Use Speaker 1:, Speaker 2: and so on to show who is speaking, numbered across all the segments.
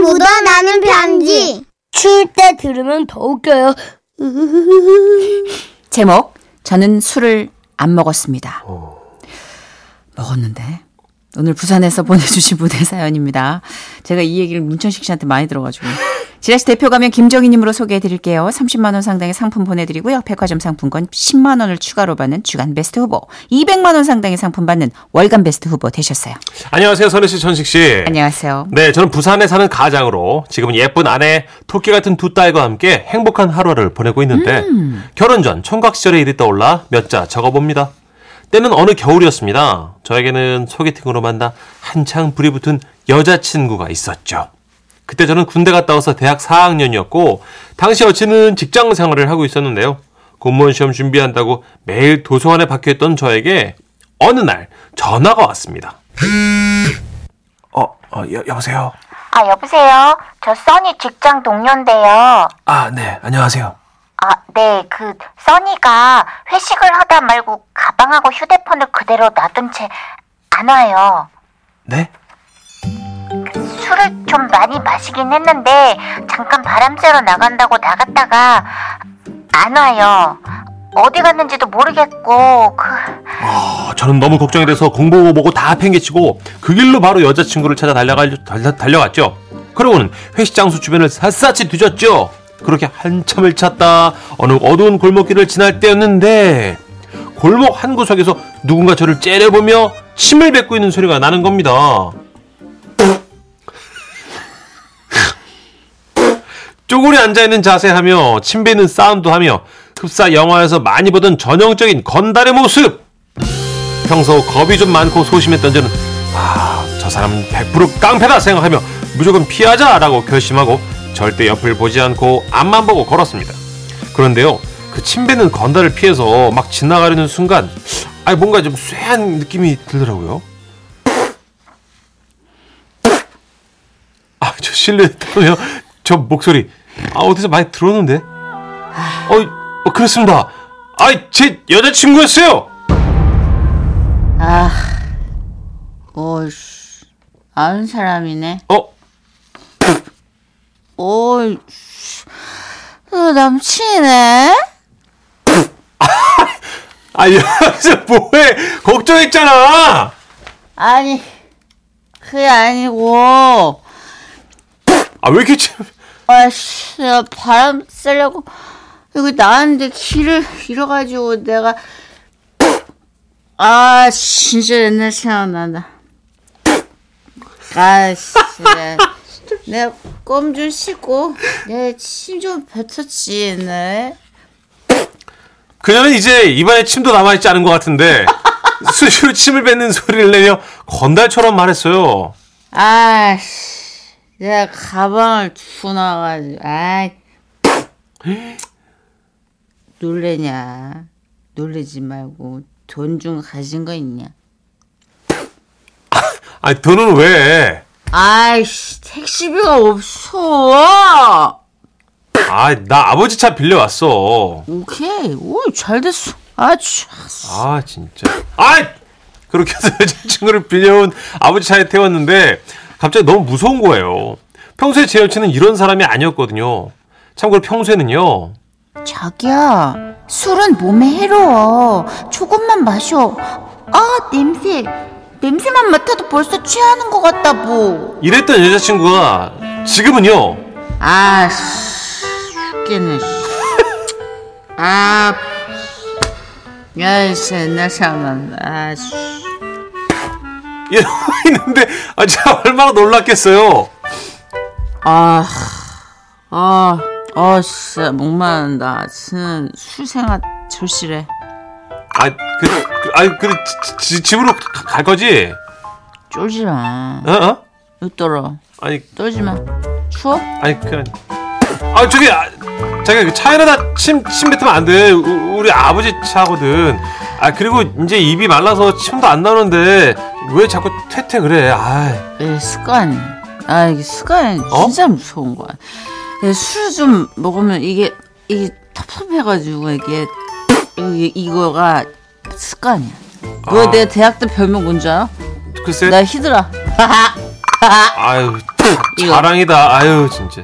Speaker 1: 묻어나는 편지.
Speaker 2: 추울 때 들으면 더 웃겨요.
Speaker 3: 제목 저는 술을 안 먹었습니다. 먹었는데 오늘 부산에서 보내주신 무대 사연입니다. 제가 이 얘기를 문천식 씨한테 많이 들어가지고 지라시 대표 가면 김정희님으로 소개해드릴게요. 30만 원 상당의 상품 보내드리고요. 백화점 상품권 10만 원을 추가로 받는 주간 베스트 후보, 200만 원 상당의 상품 받는 월간 베스트 후보 되셨어요.
Speaker 4: 안녕하세요, 선혜 씨, 천식 씨.
Speaker 3: 안녕하세요.
Speaker 4: 네, 저는 부산에 사는 가장으로 지금은 예쁜 아내, 토끼 같은 두 딸과 함께 행복한 하루를 보내고 있는데
Speaker 3: 음.
Speaker 4: 결혼 전 총각 시절의 일이 떠올라 몇 자 적어봅니다. 때는 어느 겨울이었습니다. 저에게는 소개팅으로 만나 한창 불이 붙은 여자친구가 있었죠. 그때 저는 군대 갔다 와서 대학 4학년이었고 당시 여친은 직장 생활을 하고 있었는데요. 공무원 시험 준비한다고 매일 도서관에 박혀있던 저에게 어느 날 전화가 왔습니다. 어, 어 여, 여보세요?
Speaker 5: 아, 여보세요? 저 써니 직장 동료인데요.
Speaker 4: 아, 네, 안녕하세요.
Speaker 5: 아, 네, 그, 써니가 회식을 하다 말고 가방하고 휴대폰을 그대로 놔둔 채 안 와요.
Speaker 4: 네?
Speaker 5: 술을 좀 많이 마시긴 했는데, 잠깐 바람 쐬러 나간다고 나갔다가, 안 와요. 어디 갔는지도 모르겠고, 그,
Speaker 4: 아, 저는 너무 걱정이 돼서 공보고 보고 다 팽개치고 그 길로 바로 여자친구를 찾아 달려가, 달려, 달려갔죠. 그러고는 회식장소 주변을 샅샅이 뒤졌죠. 그렇게 한참을 찾다 어느 어두운 골목길을 지날 때였는데 골목 한 구석에서 누군가 저를 째려보며 침을 뱉고 있는 소리가 나는 겁니다. 쪼그리 앉아있는 자세하며 침 뱉는 싸움도 하며 흡사 영화에서 많이 보던 전형적인 건달의 모습! 평소 겁이 좀 많고 소심했던 저는 아, 저 사람은 100% 깡패다 생각하며 무조건 피하자라고 결심하고 절대 옆을 보지 않고 앞만 보고 걸었습니다. 그런데요, 그 침뱉는 건달을 피해서 막 지나가려는 순간 아, 뭔가 좀 쇠한 느낌이 들더라고요. 아, 저 실례했다고요? 저 목소리 아, 어디서 많이 들었는데? 어이, 어, 그렇습니다. 아이, 제 여자친구였어요!
Speaker 3: 오씨, 아는 사람이네.
Speaker 4: 어?
Speaker 3: 오씨, 어, 남친이네.
Speaker 4: 아, 여기서 뭐해? 걱정했잖아!
Speaker 3: 아니, 그게 아니고.
Speaker 4: 아, 왜 이렇게 참.
Speaker 3: 아씨, 나 바람 쐬려고 여기 나왔는데 길을 잃어가지고 내가 아 진짜 옛날 생각난다. 아씨, 내가 껌 좀 씻고 내 침 좀 뱉었지 옛날.
Speaker 4: 그녀는 이제 입안에 침도 남아있지 않은 것 같은데, 수시로 침을 뱉는 소리를 내며 건달처럼 말했어요.
Speaker 3: 아씨, 내가 가방을 두고 나가지고 아이 놀래냐? 놀래지 말고 돈 좀 가진 거 있냐?
Speaker 4: 아니, 너는 왜?
Speaker 3: 아이씨, 택시비가 없어.
Speaker 4: 아, 나 아버지 차 빌려왔어.
Speaker 3: 오케이. 오, 잘 됐어. 아, 참.
Speaker 4: 아, 진짜. 아이! 그렇게 해서 여자친구를 빌려온 아버지 차에 태웠는데, 갑자기 너무 무서운 거예요. 평소에 제 여친은 이런 사람이 아니었거든요. 참고로 평소에는요,
Speaker 2: 자기야, 술은 몸에 해로워. 조금만 마셔. 아, 냄새. 냄새만 맡아도 벌써 취하는 것 같다, 뭐.
Speaker 4: 이랬던 여자친구가 지금은요,
Speaker 3: 아, 씨, 죽겠네. 씨. 아, 야, 이씨, 옛날 생각난다. 아, 씨.
Speaker 4: 이러고 있는데 아, 제가 얼마나 놀랐겠어요.
Speaker 3: 아, 아, 아, 진짜 목마른다. 진짜 술 생활 절실해.
Speaker 4: 아, 그, 그 아, 그 지- 지- 집으로 가- 갈 거지?
Speaker 3: 쫄지 마.
Speaker 4: 어? 어?
Speaker 3: 웃더러.
Speaker 4: 아니,
Speaker 3: 떨지 마. 추워?
Speaker 4: 아니 그, 아 저기, 아, 자기 그 차에다 침, 침 뱉으면 안 돼. 우, 우리 아버지 차거든. 아 그리고 이제 입이 말라서 침도 안 나오는데 왜 자꾸 퇴퇴 그래? 아,
Speaker 3: 예, 습관이. 아, 이게 습관이
Speaker 4: 어?
Speaker 3: 진짜 무서운 거야. 예, 술 좀 먹으면 이게, 이게 텁텁해가지고, 이게, 이게 이거가 습관이야. 그거
Speaker 4: 아.
Speaker 3: 내 대학 때 별명 뭔지 알아?
Speaker 4: 글쎄,
Speaker 3: 나 히드라.
Speaker 4: 아유,
Speaker 3: 네. 이거.
Speaker 4: 자랑이다. 아유 진짜.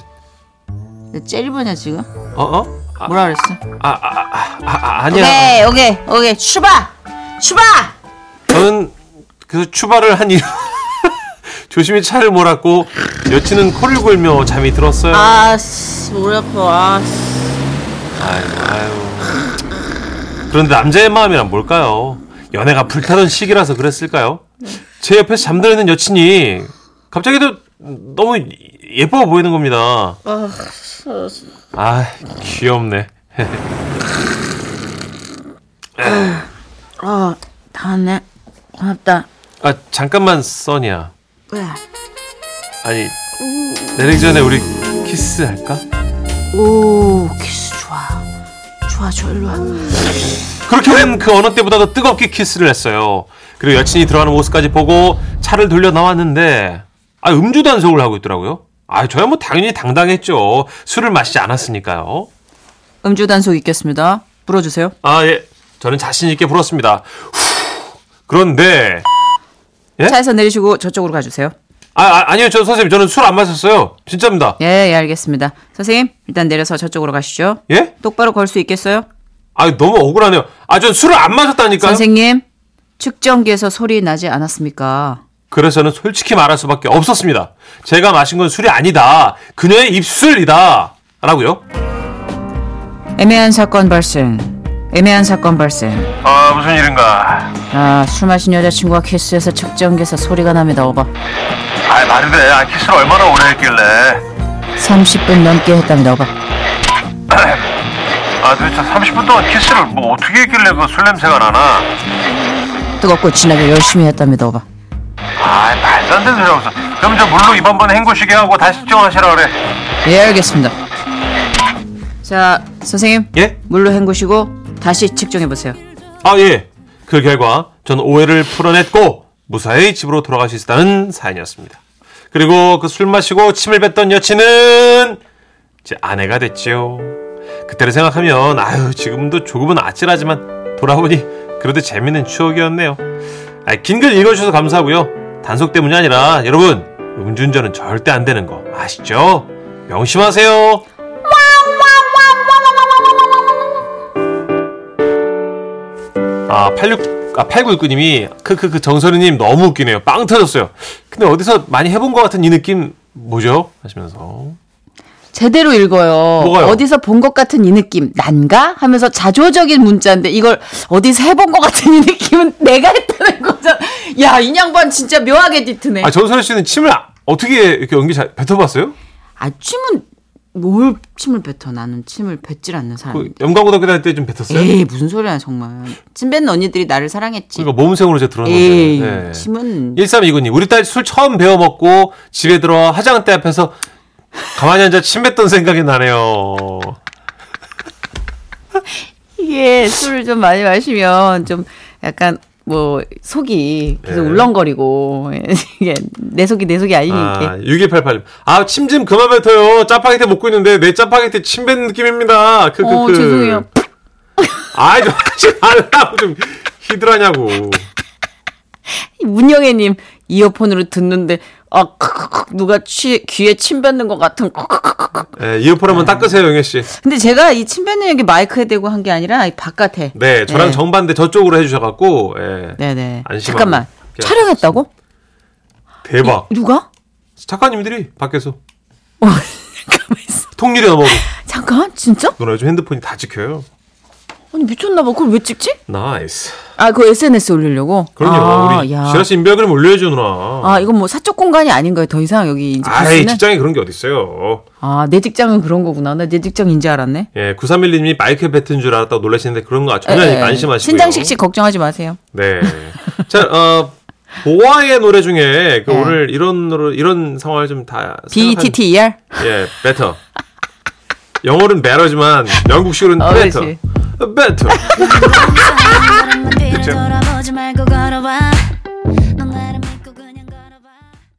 Speaker 3: 너 째리보냐 지금?
Speaker 4: 어 어? 아,
Speaker 3: 뭐라 그랬어?
Speaker 4: 아, 아, 아, 아, 아니야.
Speaker 3: 오케이 오케이 오케이 추바 추바
Speaker 4: 저는 그 추발을 한 이후 조심히 차를 몰았고 여친은 코를 골며 잠이 들었어요.
Speaker 3: 아씨 머리 아파 아씨
Speaker 4: 아이고, 아이고. 그런데 남자의 마음이란 뭘까요? 연애가 불타던 시기라서 그랬을까요? 제 옆에서 잠들어 있는 여친이 갑자기도 너무 예뻐 보이는 겁니다. 아, 귀엽네.
Speaker 3: 아 다네 고맙다
Speaker 4: 아, 잠깐만, 써니야.
Speaker 3: 왜?
Speaker 4: 아니, 내리기 전에 우리 키스할까?
Speaker 3: 오 키스 좋아 좋아 저 일로 와
Speaker 4: 그렇게 우리는 그 어느 때보다도 뜨겁게 키스를 했어요. 그리고 여친이 들어가는 모습까지 보고 차를 돌려 나왔는데 아 음주 단속을 하고 있더라고요. 아 저야 뭐 당연히 당당했죠. 술을 마시지 않았으니까요.
Speaker 3: 음주 단속 있겠습니다 불어주세요
Speaker 4: 아 예, 저는 자신 있게 불었습니다. 후. 그런데 예?
Speaker 3: 차에서 내리시고 저쪽으로 가주세요
Speaker 4: 아, 아 아니요 저 선생님 저는 술 안 마셨어요. 진짜입니다.
Speaker 3: 예, 예, 알겠습니다. 선생님, 일단 내려서 저쪽으로 가시죠.
Speaker 4: 예?
Speaker 3: 똑바로 걸 수 있겠어요?
Speaker 4: 아 너무 억울하네요. 아 전 술을 안 마셨다니까요.
Speaker 3: 선생님, 측정기에서 소리 나지 않았습니까?
Speaker 4: 그래서는 솔직히 말할 수밖에 없었습니다. 제가 마신 건 술이 아니다. 그녀의 입술이다. 라고요.
Speaker 3: 애매한 사건 발생. 애매한 사건 발생.
Speaker 6: 아 무슨 일인가?
Speaker 3: 아, 술 마신 여자친구와 키스해서 측정기에서 소리가 납니다, 오바.
Speaker 6: 아 말이 돼. 아, 키스를 얼마나 오래 했길래?
Speaker 3: 30분 넘게 했답니다, 오바.
Speaker 6: 아 도대체 30분 동안 키스를 뭐 어떻게 했길래 그 술 냄새가 나나?
Speaker 3: 뜨겁고 진하게 열심히 했답니다, 오바.
Speaker 6: 아 말도 안 되는 소리 하고서. 그럼 저 물로 입 한번 헹구시게 하고 다시 측정하시라 그래.
Speaker 3: 예, 알겠습니다. 자, 선생님.
Speaker 4: 예?
Speaker 3: 물로 헹구시고 다시 측정해보세요.
Speaker 4: 아, 예. 그 결과 전 오해를 풀어냈고 무사히 집으로 돌아갈 수 있었다는 사연이었습니다. 그리고 그 술 마시고 침을 뱉던 여친은 제 아내가 됐지요. 그때를 생각하면 아유 지금도 조금은 아찔하지만 돌아보니 그래도 재밌는 추억이었네요. 아, 긴글 읽어주셔서 감사하고요. 단속 때문이 아니라 여러분 음주운전은 절대 안 되는 거 아시죠? 명심하세요. 아, 86, 아, 8969님이, 그, 그, 그, 정선우님 너무 웃기네요. 빵 터졌어요. 근데 어디서 많이 해본 것 같은 이 느낌, 뭐죠? 하시면서.
Speaker 3: 제대로 읽어요.
Speaker 4: 뭐가요?
Speaker 3: 어디서 본 것 같은 이 느낌 난가 하면서 자조적인 문자인데 이걸 어디서 해본 것 같은 이 느낌은 내가 했다는 거잖아. 야, 인양반 진짜 묘하게 뒤트네.
Speaker 4: 아, 정선우 씨는 침을 아- 어떻게 이렇게 연기 잘 뱉어봤어요?
Speaker 3: 아, 침은 뭘 침을 뱉어? 나는 침을 뱉질 않는
Speaker 4: 그
Speaker 3: 사람.
Speaker 4: 영광고등학교 다닐 때 좀 뱉었어요?
Speaker 3: 에이, 무슨 소리야 정말. 침 뱉는 언니들이 나를 사랑했지.
Speaker 4: 그러니까 모범생으로 제가 들어온
Speaker 3: 에이,
Speaker 4: 건데. 예.
Speaker 3: 침은
Speaker 4: 1329님, 우리 딸 술 처음 배워 먹고 집에 들어와 화장대 앞에서 가만히 앉아 침 뱉던 생각이 나네요.
Speaker 3: 이게 술을 좀 많이 마시면 좀 약간 뭐 속이 계속
Speaker 4: 예.
Speaker 3: 울렁거리고 이게 내 속이 내 속이 아닌 게.
Speaker 4: 아, 6188님. 아, 침 좀 그만 뱉어요. 짜파게티 먹고 있는데 내 짜파게티 침 뱉는 느낌입니다. 그, 그,
Speaker 3: 어,
Speaker 4: 그.
Speaker 3: 죄송해요.
Speaker 4: 아이, 좀 하지 말라고 좀 히드라냐고.
Speaker 3: 문영애님 이어폰으로 듣는데 아 크크크 누가 취, 귀에 침 뱉는 것 같은 크크크크.
Speaker 4: 예, 이어폰
Speaker 3: 아.
Speaker 4: 한번 닦으세요, 영애씨.
Speaker 3: 근데 제가 이 침 뱉는 얘기 마이크에 대고 한 게 아니라 이 바깥에
Speaker 4: 네, 저랑
Speaker 3: 네.
Speaker 4: 정반대 저쪽으로 해주셔갖고, 예.
Speaker 3: 네네
Speaker 4: 안심하고
Speaker 3: 잠깐만
Speaker 4: 그냥
Speaker 3: 촬영했다고
Speaker 4: 대박.
Speaker 3: 누가
Speaker 4: 작가님들이 밖에서.
Speaker 3: 어, 잠깐만 있어.
Speaker 4: 통일이 넘어오고.
Speaker 3: 잠깐 진짜
Speaker 4: 누나 요즘 핸드폰이 다 찍혀요.
Speaker 3: 아니 미쳤나봐 그걸 왜 찍지
Speaker 4: 나이스.
Speaker 3: 아 그거 SNS 에 올리려고
Speaker 4: 그럼요.
Speaker 3: 아,
Speaker 4: 우리
Speaker 3: 야.
Speaker 4: 지라씨 인별그램 올려야죠, 누나.
Speaker 3: 아 이건 뭐 사적 공간이 아닌 거예요 더 이상 여기 이제
Speaker 4: 어. 아, 이
Speaker 3: 보스는
Speaker 4: 직장에 그런 게 어딨어요.
Speaker 3: 아내 직장은 그런 거구나 나 내 직장인 지 알았네
Speaker 4: 예, 9312님이 마이크 뱉은 줄 알았다고 놀라시는데 그런 거 전혀
Speaker 3: 에, 에,
Speaker 4: 그러니까 안심하시고요.
Speaker 3: 예, 신장식 씨 걱정하지 마세요
Speaker 4: 네. 자, 어, 보아의 노래 중에 그
Speaker 3: 네. E
Speaker 4: 오늘 이런 노래, 이런 상황을 좀다
Speaker 3: BTTER
Speaker 4: 예, better. 영어는 better지만 영국식으로는
Speaker 3: 어,
Speaker 4: better.
Speaker 3: 그렇지.
Speaker 4: better.
Speaker 7: 뒤를 돌아보지 말고 걸어봐